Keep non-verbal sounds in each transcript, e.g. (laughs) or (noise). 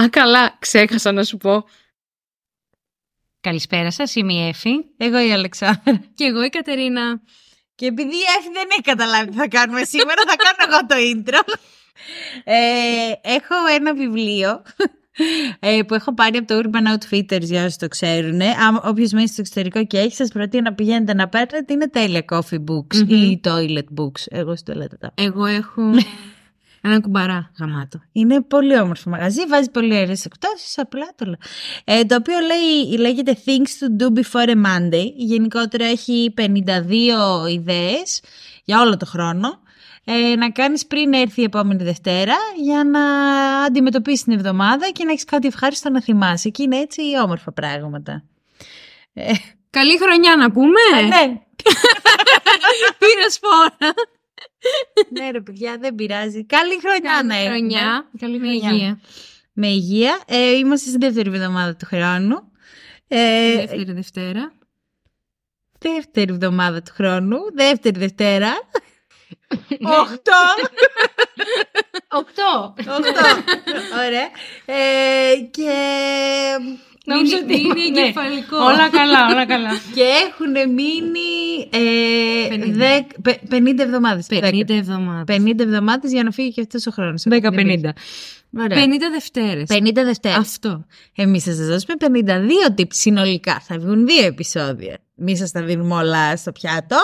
Α, καλά, ξέχασα να σου πω. Καλησπέρα σας, είμαι η Εφη. Εγώ η Αλεξάνδρα. Και εγώ η Κατερίνα. Και επειδή η Εφη δεν έχει καταλάβει τι θα κάνουμε σήμερα, θα κάνω εγώ το intro. Ε, έχω ένα βιβλίο ε, που έχω πάρει από το Urban Outfitters για όσοι το ξέρουν. Όποιος μένει στο εξωτερικό και έχει, σας προτείνω να πηγαίνετε να πάρετε. Είναι τέλεια coffee books Μμμ. ή toilet books. Εγώ στο toilet τα Εγώ έχω Ναι. ένα κουμπαρά γαμάτο. Είναι πολύ όμορφο μαγαζί, βάζει πολύ ωραίες εκτόσεις, απλά το λέω. Ε, το οποίο λέει, λέγεται Things to do before a Monday. Γενικότερα έχει 52 ιδέες για όλο το χρόνο. Ε, να κάνεις πριν έρθει η επόμενη Δευτέρα για να αντιμετωπίσεις την εβδομάδα και να έχεις κάτι ευχάριστο να θυμάσαι. Και είναι έτσι όμορφα πράγματα. Ε, Καλή χρονιά να πούμε. ναι, Πήρα φόρα. ναι ρε παιδιά, δεν πειράζει. Καλή χρονιά να έχουμε. χρονιά. Ναι. Καλή Με υγεία. υγεία. Με υγεία. Ε, είμαστε στην δεύτερη εβδομάδα του χρόνου. Ε, Δεύτερη Δευτέρα. δεύτερη εβδομάδα του χρόνου. Δεύτερη Δευτέρα. Οχτώ. Οκτώ. Οχτώ. Ωραία. Ε, και... Νομίζω ότι είναι ναι. εγκεφαλικό. όλα καλά, όλα καλά. και έχουν μείνει ε, 50. δεκ- πε- 50 εβδομάδες. 50 Δέκα. εβδομάδες. 50 εβδομάδες για να φύγει και αυτός ο χρόνος. 10-50. Ναι. Ωραία. 50 Δευτέρες. 50 Δευτέρα. Αυτό. Εμείς θα σας δώσουμε 52 tips συνολικά. Θα βγουν δύο επεισόδια. Μη σας τα δίνουμε όλα στο πιάτο.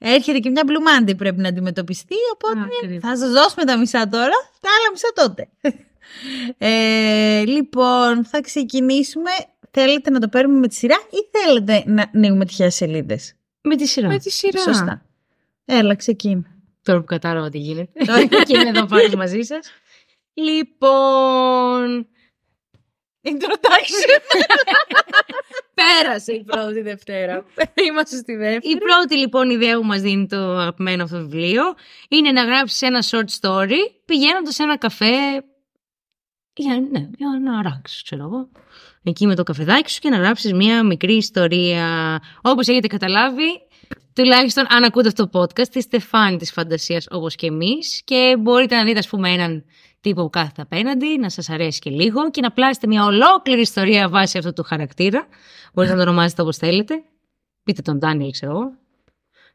Έρχεται και μια Blue Monday που πρέπει να αντιμετωπιστεί, οπότε Ακριβώς. θα σας δώσουμε τα μισά τώρα, τα άλλα μισά τότε. (laughs) Ε, λοιπόν, θα ξεκινήσουμε. Θέλετε να το παίρνουμε με τη σειρά ή θέλετε να ανοίγουμε τυχαία σελίδες. Με τη σειρά. Με τη σειρά. Σωστά. Έλα, ξεκίνα. Τώρα που κατάλαβα τι γίνεται. Τώρα και είναι εδώ πάλι μαζί σας. Λοιπόν. (laughs) Introduction. Πέρασε η πρώτη Δευτέρα. Είμαστε στη δεύτερη. Η πρώτη λοιπόν ιδέα που μας δίνει το αγαπημένο αυτό βιβλίο είναι να γράψεις ένα short story πηγαίνοντας σε ένα καφέ. Για, ναι, για να αράξει, ξέρω εγώ. Εκεί με το καφεδάκι σου και να γράψεις μια μικρή ιστορία. Όπως έχετε καταλάβει, τουλάχιστον αν ακούτε αυτό το podcast, είστε φαν της φαντασίας όπως και εμείς. Και μπορείτε να δείτε, ας πούμε, έναν τύπο που κάθεται απέναντι, να σας αρέσει και λίγο και να πλάσετε μια ολόκληρη ιστορία βάσει αυτού του χαρακτήρα. Μπορείτε να το ονομάζετε όπως θέλετε. Πείτε τον Ντάνιελ, ξέρω εγώ.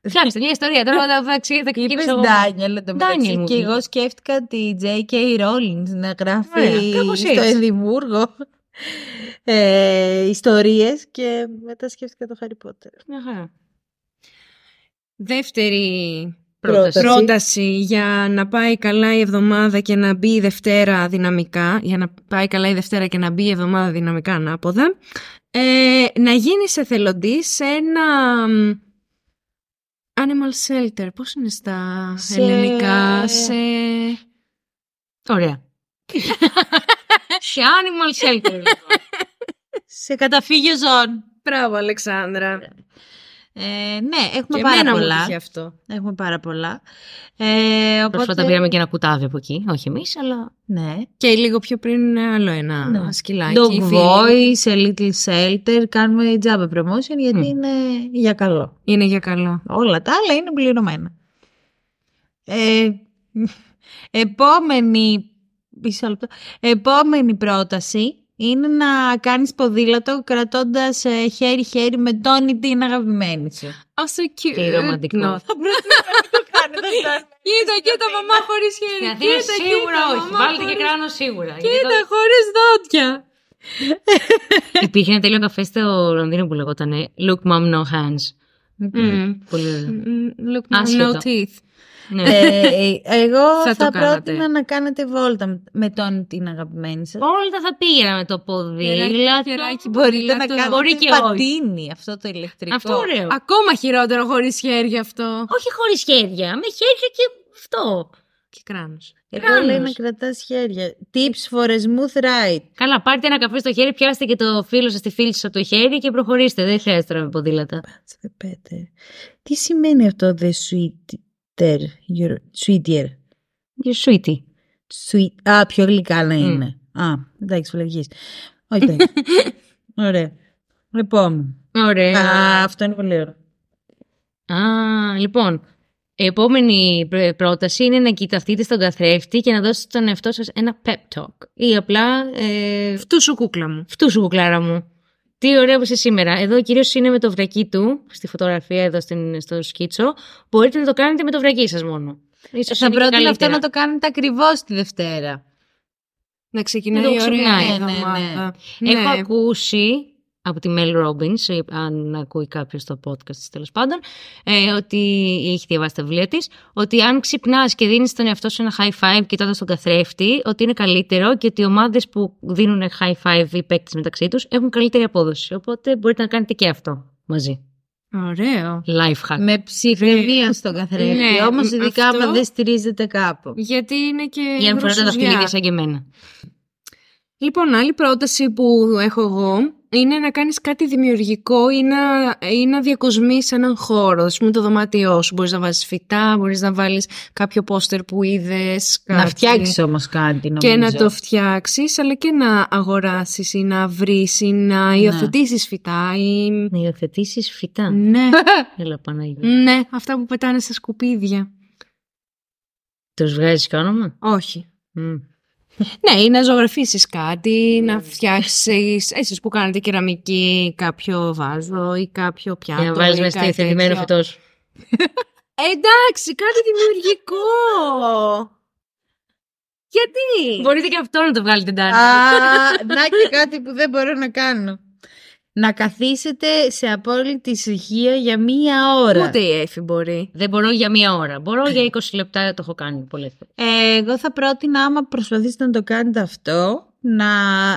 Φτιάξτε μια ιστορία. Τώρα θα, θα, ξε- θα Είπες ξεκινήσω εγώ. Ντάνιελ εν τω Ντάνιελ μεταξύ μου και βγήκε. εγώ σκέφτηκα τη J.K. Rowling να γράφει Ωραία, κάπως στο έτσι. Εδιμβούργο ε, ιστορίες και μετά σκέφτηκα το Harry Potter. Μια χαρά. Δεύτερη Πρόταση. πρόταση για να πάει καλά η εβδομάδα και να μπει η Δευτέρα δυναμικά, για να πάει καλά η Δευτέρα και να μπει η εβδομάδα δυναμικά ανάποδα, ε, να γίνεις εθελοντής σε ένα μ, animal shelter, πώς είναι στα Σε- ελληνικά, σε... Ωραία. σε animal shelter. λοιπόν. Σε καταφύγιο ζών. Μπράβο Αλεξάνδρα. Ε, ναι, έχουμε Και πάρα εμένα μου πολλά. τύχε αυτό. Έχουμε πάρα πολλά. Ε, οπότε... Πρόσφατα πήραμε και ένα κουτάβι από εκεί. Όχι εμείς, αλλά. Ναι. Και λίγο πιο πριν άλλο ένα Ναι. σκυλάκι. Dog φίλοι. Voice, A Little Shelter, κάνουμε τζάμπα promotion γιατί Μμ. είναι για καλό. Είναι για καλό. Όλα τα άλλα είναι πληρωμένα. Ε, επόμενη, μισό λεπτό. επόμενη πρόταση είναι να κάνεις ποδήλατο κρατώντας ε, χέρι-χέρι με τον ή την αγαπημένη σου. Όσο cute. Τι ρομαντικό. No, θα (laughs) Κοίτα, κοίτα, μαμά χωρίς χέρι. Στην Αθήνα Κοίτα, σίγουρα κοίτα, όχι. μαμά, Βάλτε και χωρίς- κράνο σίγουρα. Κοίτα, χωρίς δόντια. Υπήρχε ένα τέλειο καφέ στο Λονδίνο που λεγόταν ε, Look Mom No Hands. Πολύ ωραίο. Look, Άσχετο. no teeth. Ναι. ε, (laughs) εγώ Θα θα, το κάνατε. πρότεινα να κάνετε βόλτα με- με τον ή την αγαπημένη σας. Όλα θα πήγαινα με το ποδήλατο. χεράκι, Μπορείτε να κάνετε Μπορεί και όχι. πατίνι, αυτό το ηλεκτρικό. Αυτό ωραίο. Ακόμα χειρότερο χωρίς χέρι αυτό. Όχι χωρίς χέρια. Με χέρια και αυτό. Και κράνος. Εγώ λέει να Κράνος. κρατάς χέρια. Tips for a smooth ride. Καλά, πάρτε ένα καφέ στο χέρι, πιάστε και το φίλο σας, τη φίλη σας από το χέρι και προχωρήστε. Δεν χρειάζεται να με ποδήλατα. Κάτσε, πέτε. Τι σημαίνει αυτό the sweeter, your, sweeter, Your sweetie. sweet, α, πιο γλυκά να Μμ. είναι. Α, εντάξει, φλευγής. Όχι, δεν. Ωραία. Λοιπόν, Ωραία. α, αυτό είναι πολύ ωραίο. Α, λοιπόν. Η επόμενη πρέ- πρόταση είναι να κοιταχτείτε στον καθρέφτη και να δώσετε στον εαυτό σας ένα pep talk. Ή απλά ε, Αυτού σου κούκλα μου. Φτού σου, κουκλάρα μου. Τι ωραία που είσαι σήμερα. Εδώ ο κύριος είναι με το βρακί του, στη φωτογραφία εδώ στην, στο σκίτσο. Μπορείτε να το κάνετε με το βρακί σας μόνο. Ίσως Θα είναι και πρότεινα αυτό καλύτερα. να το κάνετε ακριβώς τη Δευτέρα. Να ξεκινάει Να το η ωραία ξυπνάει. η Ναι, ναι, εβδομάδα. Έχω Ναι. ακούσει από τη Mel Robbins, ε, αν ακούει κάποιος το podcast της τέλος πάντων, ε, ότι ή έχει διαβάσει τα βιβλία της, ότι αν ξυπνάς και δίνεις τον εαυτό σου ένα high five κοιτώντας τον καθρέφτη, ότι είναι καλύτερο και ότι οι ομάδες που δίνουν high five οι παίκτες μεταξύ τους έχουν καλύτερη απόδοση. Οπότε μπορείτε να κάνετε και αυτό μαζί. Ωραίο. Life hack. Με ψυχραιμία στον καθρέφτη. Ναι, Όμως ειδικά αυτό- άμα δεν στηρίζεται κάπου. Γιατί είναι και. Για να φοράτε τα γρουσουζιά. δαχτυλίδια σαν και εμένα. Λοιπόν, άλλη πρόταση που έχω εγώ είναι να κάνεις κάτι δημιουργικό ή να, ή να διακοσμείς έναν χώρο. Ας πούμε το δωμάτιό σου. Μπορείς να βάζεις φυτά, μπορείς να βάλεις κάποιο πόστερ που είδες. Να κάτι. φτιάξεις όμως κάτι νομίζω. Και να το φτιάξεις, αλλά και να αγοράσεις ή να βρεις ή να υιοθετήσεις φυτά ή... Να υιοθετήσεις φυτά. Ναι, Έλα Παναγία. ναι, αυτά που πετάνε στα σκουπίδια. Τους βγάζεις και όνομα. Όχι. Μμ. Ναι, ή να ζωγραφίσεις κάτι, Ναι. να φτιάξεις, εσείς που κάνετε κεραμική, κάποιο βάζο ή κάποιο πιάτο. Για να βάλεις ή μέσα στο κάτι υιοθετημένο τέτοιο. φυτός σου. Εντάξει, κάτι δημιουργικό. Γιατί? Μπορείτε και αυτό να το βγάλετε, Ντάνι. Α, να και κάτι που δεν μπορώ να κάνω. Να καθίσετε σε απόλυτη ησυχία για μία ώρα. Ούτε η Εφη μπορεί. Δεν μπορώ για μία ώρα. Μπορώ για 20 λεπτά, το έχω κάνει πολλές φορές. Ε, εγώ θα πρότεινα άμα προσπαθήσετε να το κάνετε αυτό, να,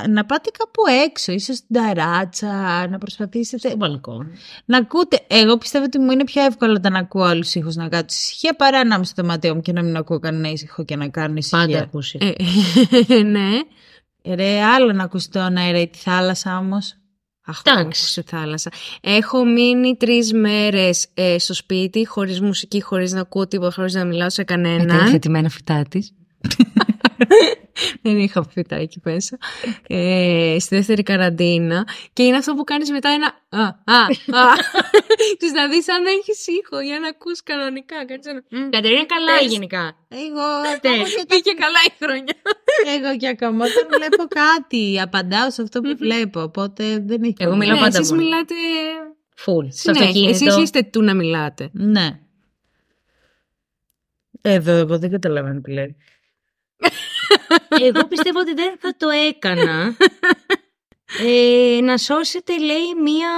να πάτε κάπου έξω, ίσως στην ταράτσα, να προσπαθήσετε Στο μπαλκόν. να ακούτε. Εγώ πιστεύω ότι μου είναι πιο εύκολο τα να ακούω άλλους ήχους να κάτω σε ησυχία παρά να είμαι στο δωμάτιό μου και να μην ακούω κανένα ήσυχο και να κάνω ησυχία. Πάντα ακούσει. Ε, (laughs) ναι. Ρε, άλλο να ακούσει τον αέρα ή τη θάλασσα όμως. Αχ, Εντάξει. μου άκουσε θάλασσα. Έχω μείνει τρεις μέρες στο σπίτι, χωρίς μουσική, χωρίς να ακούω τίποτα, χωρίς να μιλάω σε Ε, κανέναν. υιοθετημένα φυτά της. Δεν είχα φυτά εκεί μέσα. Ε, στη δεύτερη καραντίνα. Και είναι αυτό που κάνεις μετά ένα. Α, α, (laughs) α. Τους να δεις αν έχεις ήχο για να ακούς κανονικά. Κάνεις ένα... «Μμ». Κατερίνα, καλά Τες. γενικά. Εγώ, Τε. ακόμα και όταν Πήγε καλά η χρονιά. Εγώ και ακόμα όταν βλέπω κάτι, απαντάω σε αυτό που βλέπω. Οπότε δεν έχει. Εγώ Ναι, μιλάω πάντα εσείς μόνο. μιλάτε. Φουλ. Στο Συνέχεια. Εσείς αυτοκίνητο. είστε του να μιλάτε. Ναι. Ε, Εδώ, εγώ δεν καταλαβαίνω τι λέει. Εγώ πιστεύω ότι δεν θα το (laughs) έκανα. Ε, να σώσετε, λέει, μία.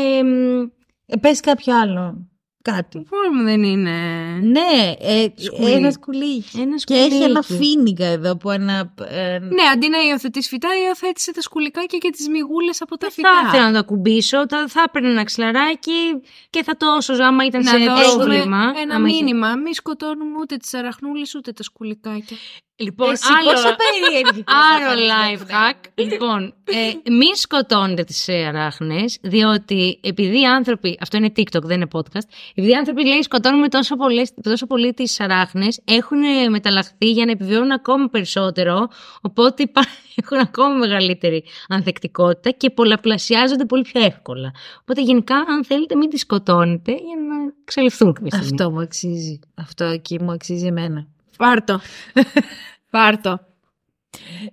Ε, μ, Ε, πες κάποιο άλλο. Κάτι. Φόρμα Λοιπόν, δεν είναι. Ναι, ε, Σκουλί. ένα σκουλίκι. ένας Και έχει ένα σκουλίκι. φίνικα εδώ που ένα... ε, Ναι, αντί να υιοθετείς φυτά, υιοθέτησε τα σκουλικάκια και τις μιγούλε από τα Δεν φυτά. θα ήθελα να το ακουμπήσω, θα, θα έπαιρνα ένα ξυλαράκι και θα το έσωζα άμα ήταν σε να δώσουμε πρόβλημα. ένα άμα είχε- μήνυμα. Μη σκοτώνουμε ούτε τις αραχνούλες ούτε τα σκουλικάκια. Λοιπόν, Εσύ άλλο, (laughs) πόσο περίεργη θες να άλλο κάνεις life αυτό. hack. λοιπόν, ε, μην σκοτώνετε τις ε, αράχνες, διότι επειδή οι άνθρωποι, αυτό είναι TikTok, δεν είναι podcast, επειδή οι άνθρωποι λέει σκοτώνουμε τόσο, πολλές, τόσο πολύ τις αράχνες, έχουν ε, μεταλλαχθεί για να επιβιώνουν ακόμα περισσότερο, οπότε (laughs) υπά- έχουν ακόμα μεγαλύτερη ανθεκτικότητα και πολλαπλασιάζονται πολύ πιο εύκολα. Οπότε γενικά, αν θέλετε, μην τις σκοτώνετε για να ξελευθούν κάποια στιγμή. Αυτό μου αξίζει. Αυτό εκεί μου αξίζει εμένα. (laughs) Πάρτο. Πάρτο.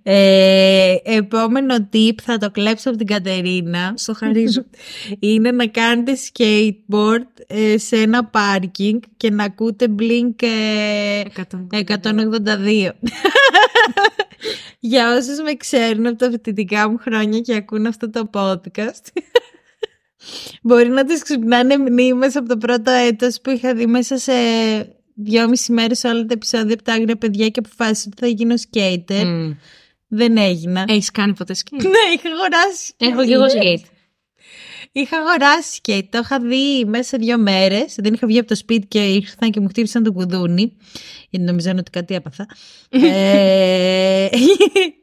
Ε, επόμενο tip θα το κλέψω από την Κατερίνα. Στο χαρίζω. (laughs) Είναι να κάνετε skateboard ε, σε ένα πάρκινγκ και να ακούτε Blink ε, 182. Για όσους με ξέρουν από τα φοιτητικά μου χρόνια και ακούν αυτό το podcast, (laughs) μπορεί να τις ξυπνάνε μνήμες από το πρώτο έτος που είχα δει μέσα σε δυόμιση μέρες όλα τα επεισόδια από τα άγρια παιδιά και αποφάσισα ότι θα γίνω skater. Μμ. Δεν έγινα. Έχεις κάνει ποτέ σκέι. (laughs) Ναι, είχα αγοράσει. Έχω και εγώ skate. Είχα αγοράσει και το είχα δει μέσα σε δύο μέρες. Δεν είχα βγει από το σπίτι και ήρθαν και μου χτύπησαν το κουδούνι. Γιατί νομίζανε ότι (laughs) κάτι έπαθα. ε,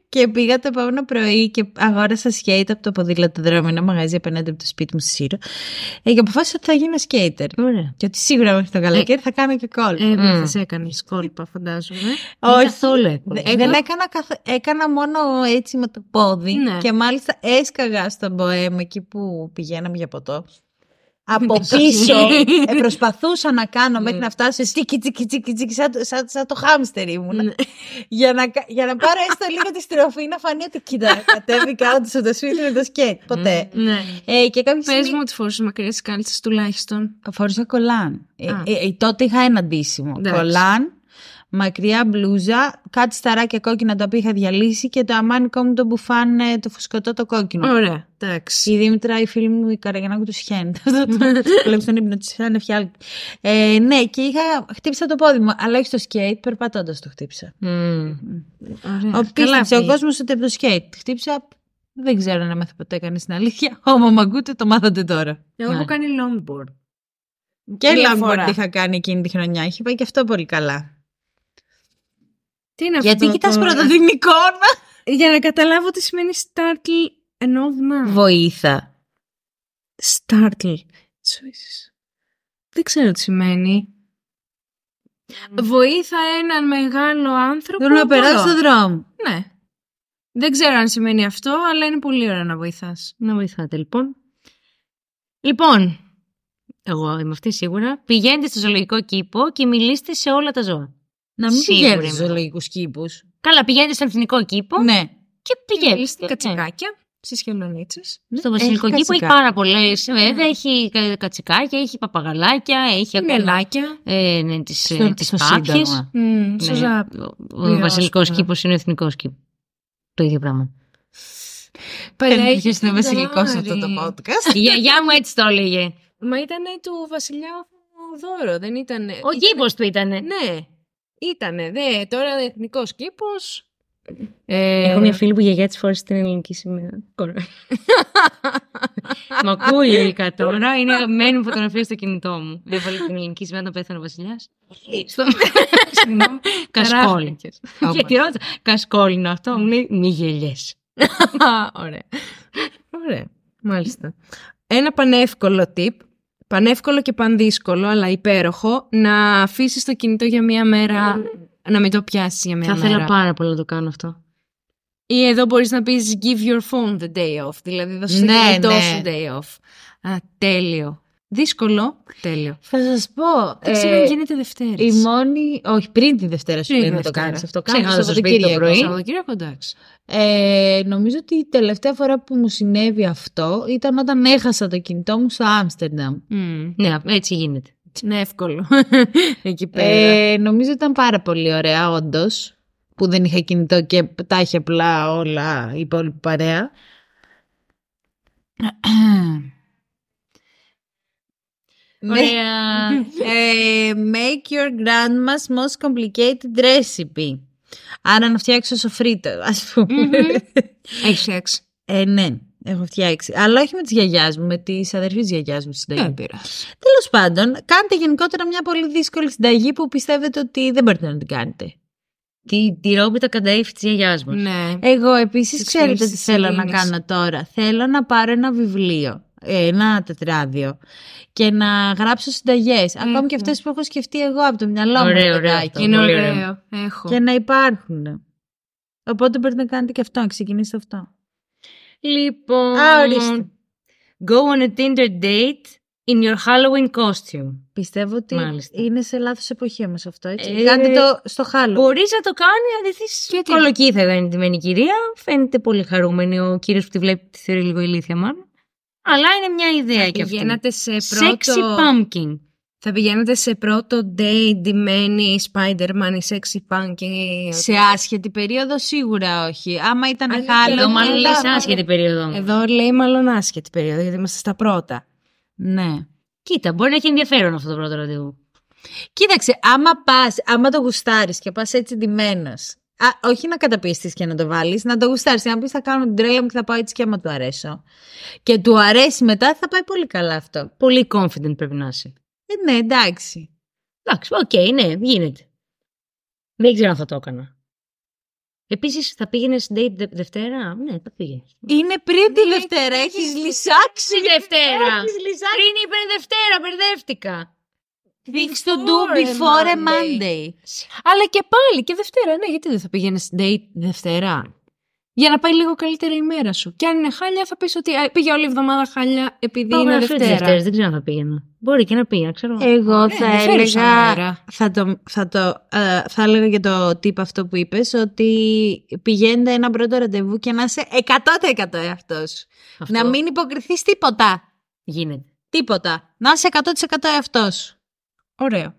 και πήγα το επόμενο πρωί και αγόρασα σκέιτ από το ποδηλατοδρόμιο, ένα μαγαζί απέναντι από το σπίτι μου στη Σύρο. Ε, και αποφάσισα ότι θα γίνω σκέιτερ. Ωραία. Και ότι σίγουρα μέχρι το καλοκαίρι θα κάνω και κόλπο. Ε, Ε, Μμμ. δεν θα έκανε κόλπα, φαντάζομαι. Όχι. Ε, Όχι. Καθόλου εύκολο. Δε- Ναι, Δεν έκανα, καθ... έκανα μόνο έτσι με το πόδι Ναι. (laughs) και μάλιστα έσκαγα στον Μποέμ εκεί που πηγαίναμε για ποτό. από Ναι, πίσω. ε, προσπαθούσα να κάνω μέχρι να φτάσω τσίκι, τσίκι, τσίκι, τσίκι, σαν, το- σαν, σαν το χάμστερ Ναι. ήμουν. για, να, κα- για να πάρω έστω λίγο τη στροφή, να φανεί ότι κοίτα, κατέβηκα όντως από το σπίτι με το σκέτ. Ποτέ. Ναι. Ε, και κάποια Πες στιγμή. μου ότι φορούσες μακριές κάλτσες τουλάχιστον. Φορούσα κολάν. Ε, Α. ε, ε, τότε είχα ένα ντύσιμο. Εντάξει. Κολάν, μακριά μπλούζα, κάτι σταράκια κόκκινα τα οποία είχα διαλύσει και το αμάνικό μου το μπουφάν ε, το φουσκωτό το κόκκινο. Ωραία, εντάξει. Η Δήμητρα, η φίλη μου, η Καραγιανάκου του χαίνεται. Αυτό το βλέπει στον ύπνο της, σαν εφιάλτη. Ε, ναι, και είχα, χτύπησα το πόδι μου, αλλά όχι στο σκέιτ, περπατώντας το χτύπησα. Ωραία. Ο, πίστεψε ο κόσμος ότι από το σκέιτ. Χτύπησα, δεν ξέρω να μάθει ποτέ κανείς την αλήθεια. Όμω μαγκούτε, το μάθατε τώρα. Εγώ Ναι. έχω κάνει longboard. Και Μία λάμπορντ φορά. είχα κάνει εκείνη τη χρονιά. Είχε πάει και αυτό πολύ καλά. Τι είναι αυτό. Γιατί κοιτάς τώρα? πρώτα την εικόνα. Για να καταλάβω τι σημαίνει startle ενώ οδμά. Βοήθα. Startle. Jesus. Δεν ξέρω τι σημαίνει. Βοήθα έναν μεγάλο άνθρωπο. Θέλω να μπορώ. περάσω στον δρόμο. Ναι. Δεν ξέρω αν σημαίνει αυτό, αλλά είναι πολύ ωραίο να βοηθάς. Να βοηθάτε λοιπόν. Λοιπόν, εγώ είμαι αυτή σίγουρα. Πηγαίνετε στο ζωολογικό κήπο και μιλήστε σε όλα τα ζώα. Να μην Σίγουρη πηγαίνει είμαι. στου ζωολογικού κήπους. Καλά, πηγαίνετε στον εθνικό κήπο Ναι. και πηγαίνετε. Είστε κατσικάκια στις χελονίτσες. Στο βασιλικό Έχεις κήπο έχει κατσικά. Ναι. πάρα πολλές. Βέβαια, έχει κα- κατσικάκια, έχει παπαγαλάκια, έχει ακόμα. Μελάκια. Ε, ναι, τις, Στο- ε, τις στο πάπιες. Σύνταγμα. ναι. Μμμ, Ναι, Σουζά. ο- Ο Βιώσιμο. βασιλικό κήπος είναι ο εθνικός κήπος. Το ίδιο (laughs) πράγμα. Παλιά είχε Ποιος είναι βασιλικό φεγγάρι. αυτό το podcast. Η γιαγιά μου έτσι το έλεγε. Μα ήταν του βασιλιά δώρο, δεν ήταν. Ο κήπος του ήταν. Ναι, ήτανε. Δε, τώρα εθνικός κήπος. Ε, Έχω (laughs) μια φίλη που η γιαγιά τη φόρησε την ελληνική σημαία. Κοροϊ. Μ' ακούει γενικά τώρα. Είναι μένει φωτογραφία στο κινητό μου. Έβαλε την ελληνική σημαία όταν πέθανε ο Βασιλιάς. Στο. Συγγνώμη. (laughs) Κασκόλι. Και τη ρώτησα, Κασκόλινο αυτό. Μου λέει, μη γελιές. Ωραία. Ωραία. Μάλιστα. Ένα πανεύκολο tip. Πανεύκολο και πανδύσκολο, αλλά υπέροχο. Να αφήσεις το κινητό για μία μέρα. Να μην το πιάσεις για μία Θα μέρα. ήθελα πάρα πολύ να το κάνω αυτό. Ή εδώ μπορείς να πεις give your phone the day off. Δηλαδή δώσε το Ναι, κινητό ναι. σου day off. Α, τέλειο. Δύσκολο, τέλειο. Θα σας πω. Ε, ε, Δεν ξέρω αν γίνεται Δευτέρες. η μόνη. Όχι, πριν τη Δευτέρα σου Πριν πρέπει να το τη Δευτέρα. κάνεις αυτό. Ξέχασα Κάνω στο σπίτι το πρωί. Σαββατοκύριακο, εντάξει. Ε, νομίζω ότι η τελευταία φορά που μου συνέβη αυτό ήταν όταν έχασα το κινητό μου στο Άμστερνταμ. Μμμ. Ναι, έτσι γίνεται. Είναι (laughs) εύκολο. Εκεί πέρα. Ε, νομίζω ήταν πάρα πολύ ωραία, όντως. Που δεν είχα κινητό και τα είχε απλά όλα η υπόλοιπη παρέα. Ωραία. Ε, make your grandma's most complicated recipe. Άρα να φτιάξω σοφρίτο, ας πούμε. Έχει σεξ. ε, ναι, έχω φτιάξει. Αλλά όχι με τις γιαγιάς μου, με τις αδερφές της γιαγιάς μου συνταγή. Δεν πειράζει. Τέλος πάντων, κάντε γενικότερα μια πολύ δύσκολη συνταγή που πιστεύετε ότι δεν μπορείτε να την κάνετε. Τη, τη ρόμπιτα κανταήφη της γιαγιάς μου. Ναι. Εγώ επίσης Τις ξέρετε φίλες τι της θέλω να Ειρήνης. κάνω τώρα. Θέλω να πάρω ένα βιβλίο, ε, ένα τετράδιο και να γράψω συνταγές. Ακόμη και αυτές που έχω σκεφτεί εγώ από το μυαλό μου. Ωραίο, ρε ωραίο παιδάκι. αυτό. Ε, Είναι Πολύ ωραίο. ναι, Έχω. Και να υπάρχουν. Οπότε μπορείτε να κάνετε και αυτό, να ξεκινήσετε αυτό. Λοιπόν. Α, ορίστε. Go on a Tinder date in your Halloween costume. Πιστεύω ότι Μάλιστα. είναι σε λάθος εποχή όμως αυτό, έτσι. Ε, Κάντε το στο χάλο. Μπορείς να το κάνει, αν δει. Κολοκύθα ήταν η ντυμένη κυρία. Φαίνεται πολύ χαρούμενη. Ο κύριος που τη βλέπει τη θεωρεί λίγο ηλίθια, μάλλον. Αλλά είναι μια ιδέα κι αυτή. Πηγαίνατε σε πρώτο... Sexy pumpkin. Θα πηγαίνατε σε πρώτο day ντυμένη Spider-Man ή sexy punk ή... Σε άσχετη περίοδο σίγουρα όχι. Άμα ήταν Αν και χάλο. Εδώ μάλλον αλλά- λες άσχετη περίοδο. Εδώ λέει μάλλον άσχετη περίοδο, γιατί είμαστε στα πρώτα. Ναι. Κοίτα, μπορεί να έχει ενδιαφέρον αυτό το πρώτο ραντεβού. Κοίταξε, άμα πας, άμα το γουστάρεις και πας έτσι ντυμένος, Α, όχι να καταπιεστείς και να το βάλεις, να το γουστάρεις, να πεις θα κάνω την τρέλα μου και θα πάω έτσι και άμα του αρέσω. Και του αρέσει μετά θα πάει πολύ καλά αυτό. Πολύ confident πρέπει να είσαι. Ε, ναι, εντάξει. Εντάξει, οκ, ναι, γίνεται. Δεν ξέρω αν θα το έκανα. Επίσης, θα πήγαινες date Δε- Δευτέρα. Ναι, θα πήγαινες. Είναι πριν τη Δευτέρα, έχεις λυσάξει. Πριν Δευτέρα. Έχεις λυσάξει. Πριν είπε Δευτέρα, μπερδεύτηκα. Fix to do before a Monday. Αλλά και πάλι και Δευτέρα, ναι, γιατί δεν θα πηγαίνεις date Δευτέρα. για να πάει λίγο καλύτερα η μέρα σου. Και αν είναι χάλια, θα πεις ότι «Α, πήγε όλη η εβδομάδα χάλια επειδή Πάμε είναι να φέρεις τις Δευτέρα. Δευτέρες, δεν ξέρω αν θα πήγαινα. Μπορεί και να πήγαινα, ξέρω. εγώ. Εγώ Ε, θα ενδιαφέρουσα έλεγα. μέρα. Ναι, Θα, το, θα, το, ε, θα έλεγα για το tip αυτό που είπες ότι πηγαίνετε ένα πρώτο ραντεβού και να είσαι 100% εαυτός. Αυτό Να μην υποκριθείς τίποτα. γίνεται. Τίποτα. Να είσαι 100% εαυτός. Ωραίο.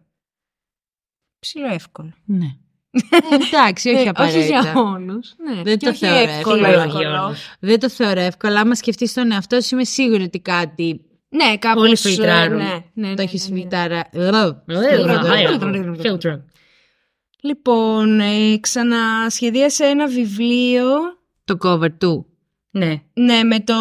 Ψηλό εύκολο. Ναι. εντάξει, Ε, όχι όχι απαραίτητα. για όλους. Ναι. Δεν και το όχι θεωρώ εύκολο. εύκολο. εύκολο. Για όλους. Δεν το θεωρώ εύκολο. Άμα σκεφτείς τον εαυτό σου, είμαι σίγουρη ότι κάτι Ναι, κάπως... Όλοι φιλτράρουν. Ναι, ναι, ναι, το ναι, έχεις Ε, ναι, ναι. σφιτάρα. Λοιπόν, ε, ξανασχεδίασε ένα βιβλίο. Το cover του. Ναι. Ναι, με το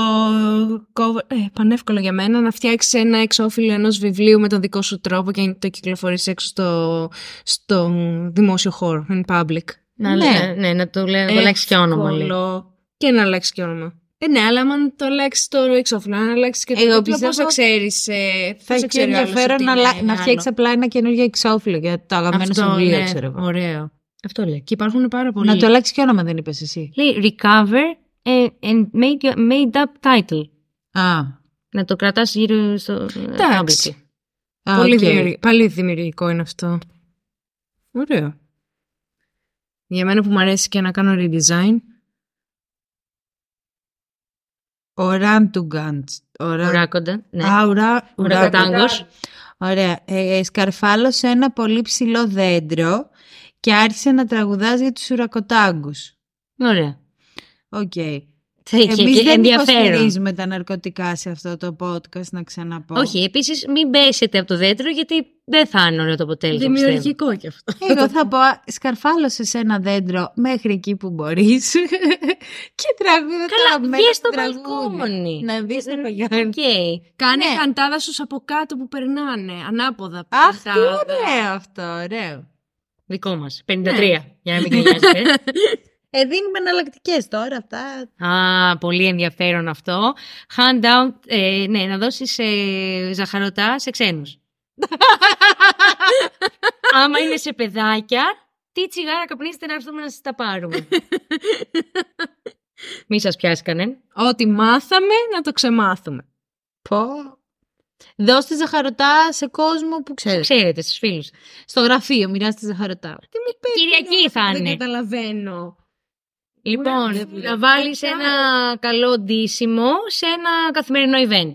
cover. Ε, πανεύκολο για μένα να φτιάξεις ένα εξώφυλλο ενός βιβλίου με τον δικό σου τρόπο και να το κυκλοφορήσει έξω στο, στο δημόσιο χώρο, in public. Να, Ναι. ναι. ναι, να το λέει, να το αλλάξεις και όνομα. λέει. Εύκολο. Και να αλλάξεις και όνομα. Ε, ναι, αλλά αν το αλλάξεις το εξώφυλλο, αν αλλάξεις και το Εγώ τίτλο, πιστεύω πώς θα ξέρεις. Ε, Θα πώς έχει ξέρει ο άλλος ενδιαφέρον ότι να, είναι λα- να άλλο. φτιάξει απλά ένα καινούργιο εξώφυλλο για το αγαπημένο σου βιβλίο, ναι, ξέρω εγώ. Ωραίο. Αυτό λέει. Και υπάρχουν πάρα πολλοί. Να το αλλάξεις και όνομα, δεν είπες εσύ. Λέει recover and, and make a made up title. Α, Να το κρατάς γύρω στο... Εντάξει. public. α, Πολύ οκ. δημιουργη- Πάλι δημιουργικό είναι αυτό. Ωραίο. Για μένα που μου αρέσει και να κάνω redesign. Ο Ραν του Γκάντ. Ο Ραν- Ουράκοντα. Ναι. Α, ουρά, Ουρακοτάγκος. Ωραία. Ε, σκαρφάλωσε ένα πολύ ψηλό δέντρο και άρχισε να τραγουδάζει για τους ουρακοτάγκους. Ωραία. Οκ. Θα είχε Εμείς και δεν ενδιαφέρον. υποστηρίζουμε τα ναρκωτικά σε αυτό το podcast, να ξαναπώ. Όχι, επίσης μην πέσετε από το δέντρο γιατί δεν θα είναι ωραίο το αποτέλεσμα. πιστεύω. κι αυτό. Εγώ θα πω, α, σκαρφάλωσες σε ένα δέντρο μέχρι εκεί που μπορείς (laughs) και τραγούδα τα Καλά, αγαπημένα βγες σου στο τραγούδια. Ναι. μπαλκόνι. Να δεις το Οκ. παγιάρι. Κάνε Ναι. καντάδα σου από κάτω που περνάνε, ανάποδα. Αχ, τι καντάδα. ωραίο αυτό, ωραίο. Δικό μας. 53. Για να μην κρινιάζετε. Ε, δίνουμε εναλλακτικές τώρα αυτά. Α, πολύ ενδιαφέρον αυτό. Hand down, ε, ναι, να δώσεις ε, ζαχαρωτά σε ξένους. Άμα είναι σε παιδάκια, τι τσιγάρα καπνίστε να έρθουμε να σας τα πάρουμε. Μη σας πιάσει κανένα. Ό,τι μάθαμε, να το ξεμάθουμε. Πω. Δώστε ζαχαρωτά σε κόσμο που ξέρει. Ξέρετε, στους φίλους. Στο γραφείο, μοιράστε ζαχαρωτά. Κυριακή θα Δεν είναι. καταλαβαίνω. Λοιπόν, Δεν βλέπω. να βάλεις Αυτά. ένα καλό ντύσιμο σε ένα καθημερινό event.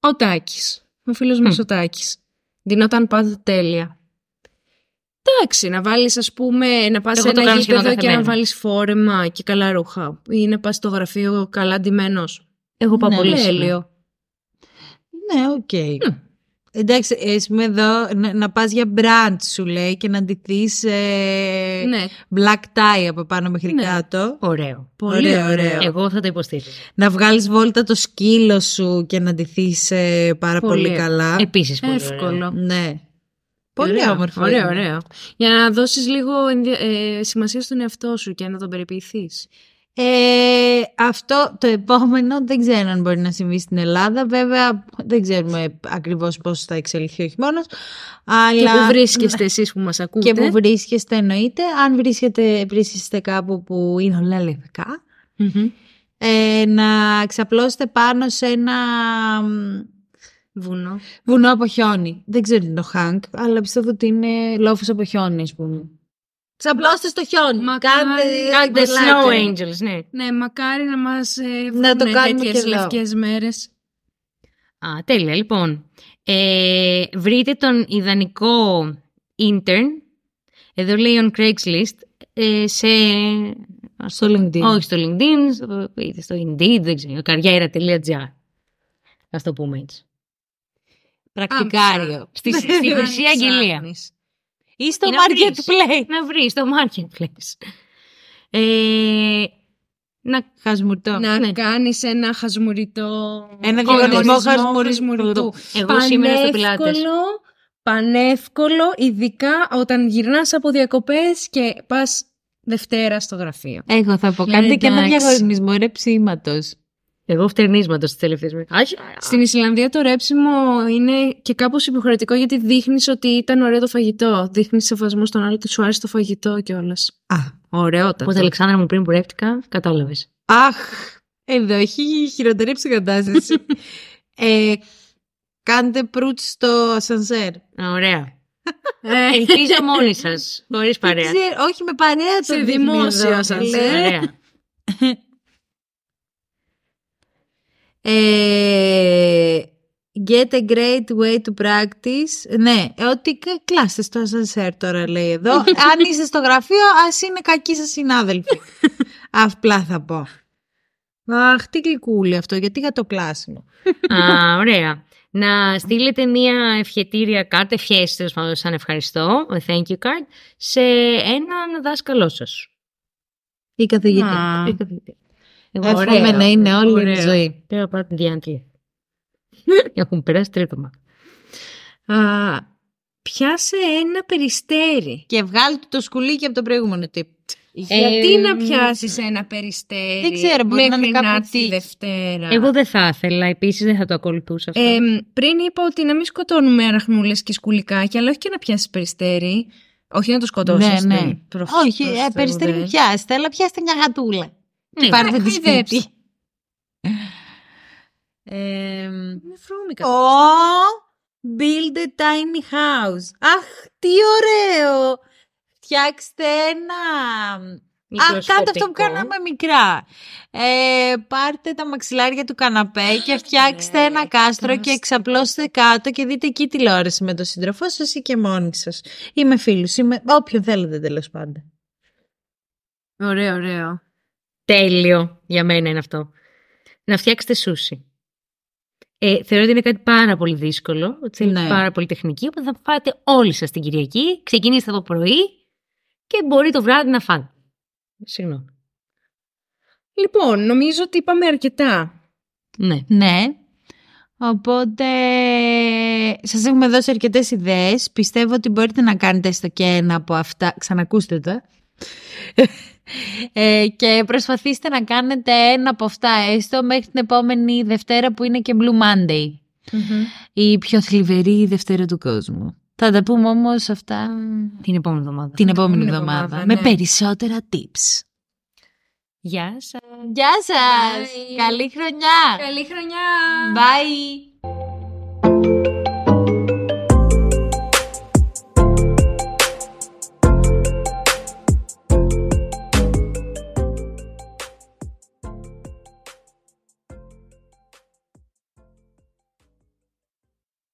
Ο Τάκης. Ο φίλος μας ο Τάκης. Δινόταν πάντα τέλεια. Εντάξει, να βάλεις ας πούμε, να πας Εγώ σε το ένα κάνω σχεδόν γήπεδο κάθε και να μέρα. βάλεις φόρεμα και καλά ρούχα. Ή να πας στο γραφείο καλά ντυμένος. Εγώ πάω Ναι. πολύ συχνά. Τέλειο. Ναι, οκ. Εντάξει, εσύ με εδώ να, να πας για μπραντ σου λέει και να αντιθείς ε, Ναι, black tie από πάνω μέχρι Ναι. κάτω. Ωραίο. Πολύ ωραίο. Εγώ θα το υποστήριζα. Να βγάλεις βόλτα το σκύλο σου και να αντιθείς ε, πάρα πολύ, Πολύ. καλά. Επίσης πολύ ωραίο. εύκολο. Ναι. Πολύ Ωραία, όμορφο. Ωραίο, είναι. ωραίο. Για να δώσεις λίγο ενδια- ε, σημασία στον εαυτό σου και να τον περιποιηθείς. Ε, αυτό το επόμενο δεν ξέρω αν μπορεί να συμβεί στην Ελλάδα. Βέβαια δεν ξέρουμε ακριβώς πώς θα εξελιχθεί ο χειμώνας. Και Αλλά... που βρίσκεστε εσείς που μας ακούτε. Και που βρίσκεστε εννοείται. Αν βρίσκετε, βρίσκεστε κάπου που είναι όλα λευκά. Μμμ. Ε, να ξαπλώσετε πάνω σε ένα μ, Βουνό. βουνό από χιόνι. Δεν ξέρω τι είναι το χάνκ, αλλά πιστεύω ότι είναι λόφος από χιόνι, ας πούμε. Ξαπλώστε στο χιόνι. Μα κάντε, Κάντε like. Snow Angels, ναι. Ναι, μακάρι να μας ε, Να το βγουνε κάνουμε τέτοιες και εδώ. λευκές μέρες. (laughs) Α, τέλεια. Λοιπόν, ε, βρείτε τον ιδανικό intern, εδώ λέει on Craigslist, ε, σε... Στο LinkedIn. Όχι στο LinkedIn, στο, είτε στο Indeed, δεν ξέρω, καριέρα.gr. Ας το πούμε έτσι. Πρακτικάριο. Στη, στη Αν Χρυσή Αγγελία. ψάχνεις. Ή στο Ή να marketplace. Να βρεις το marketplace. Ε, να... Χασμουρτό. Να Ναι. κάνεις ένα χασμουριτό... Ένα διαγωνισμό χασμουρι- χασμουριτού. Εγώ σήμερα στο πιλάτες. Πανεύκολο, πανεύκολο, ειδικά όταν γυρνάς από διακοπές και πας Δευτέρα στο γραφείο. Εγώ θα πω, κάντε και ένα εντάξει. διαγωνισμό ρεψίματος. Εγώ φτερνίσματο τι τελευταίε μέρε. Στην Ισλανδία το ρέψιμο είναι και κάπως υποχρεωτικό γιατί δείχνεις ότι ήταν ωραίο το φαγητό. Δείχνεις σεβασμό στον άλλο ότι σου άρεσε το φαγητό κιόλας. Α, Ωραιότατο. Οπότε, Αλεξάνδρα μου, πριν που ρεύτηκα, κατάλαβες. Αχ, εδώ έχει χειροτερέψει η (laughs) κατάσταση. ε, κάντε προύτ στο ασανσέρ. Ωραία. Ε, Ελπίζω μόνοι σας. Χωρίς παρέα. Ξέρω, όχι με παρέα το Σε δείχνει δημόσιο εδώ, ασανσέρ. λέει. Ωραία. Ε, get a great way to practice. Ναι, ε, ότι κα- κλάστε στο ασανσέρ τώρα λέει (laughs) εδώ. Αν είστε στο γραφείο, ας είναι κακοί σας (laughs) συνάδελφοι. Απλά θα πω. Αχ, τι γλυκούλη αυτό, γιατί για το κλάσιμο. Α, ωραία. Να στείλετε μία ευχετήρια κάρτα, ευχές τέλος πάντων, σαν ευχαριστώ, a thank you card, σε έναν δάσκαλό σας. Η καθηγητή. Α. Ε, καθηγητή. Εγώ, Εύχομαι ωραία. να είναι όλη η Ωραίο. ζωή. Πέρα από την διάντλη. Έχουν περάσει τρίτομα. Α, πιάσε ένα περιστέρι. Και βγάλτε το σκουλίκι από τον προηγούμενο τύπο. Γιατί να μ, πιάσεις ένα περιστέρι Ε, Δεν ξέρω, μπορεί να μέχρι είναι κάπου έρθει η εκεί. Δευτέρα. Εγώ δεν θα ήθελα, επίσης δεν θα το ακολουθούσα αυτό. Ε, πριν είπα ότι να μην σκοτώνουμε αραχνούλες και σκουλικάκια, αλλά όχι και να πιάσεις περιστέρι. Όχι να το σκοτώσεις. Ναι, ναι. ναι. Προφ- Όχι, προς ε, Θεού, περιστέρι δε. μου πιάστε, αλλά πιάστε μια γατούλα. Ναι, Και πάρτε τη χαϊδέψτε. σπίτι. Εμ, Είναι βρώμικα. Ω, build a tiny house. Αχ, τι ωραίο! Φτιάξτε ένα... Αχ, κάντε αυτό που μικροσκοπικό. κάναμε μικρά. Ε, πάρτε τα μαξιλάρια του καναπέ και φτιάξτε Ναι, ένα κάστρο και κάστρο. εξαπλώστε κάτω και δείτε εκεί τηλεόραση με τον σύντροφό σας ή και μόνοι σας. Ή με φίλους, ή με όποιον θέλετε τέλος πάντων. Ωραίο, ωραίο. Τέλειο για μένα είναι αυτό. Να φτιάξετε σούσι. Ε, θεωρώ ότι είναι κάτι πάρα πολύ δύσκολο, ότι θέλει Ναι. πάρα πολύ τεχνική, οπότε θα φάτε όλοι σας την Κυριακή, ξεκινήστε από πρωί και μπορεί το βράδυ να φάτε. Συγγνώμη. Λοιπόν, νομίζω ότι είπαμε αρκετά. Ναι. Ναι. Οπότε σας έχουμε δώσει αρκετές ιδέες. Πιστεύω ότι μπορείτε να κάνετε έστω και ένα από αυτά. Ξανακούστε το. ε. Ε, και προσπαθήστε να κάνετε ένα από αυτά έστω μέχρι την επόμενη Δευτέρα που είναι και Blue Monday. Η πιο θλιβερή Δευτέρα του κόσμου. Θα τα πούμε όμως αυτά Την επόμενη εβδομάδα. την επόμενη εβδομάδα, εβδομάδα ναι. με περισσότερα tips. Γεια σας. Γεια σας! Bye. Καλή χρονιά! Καλή χρονιά! Bye!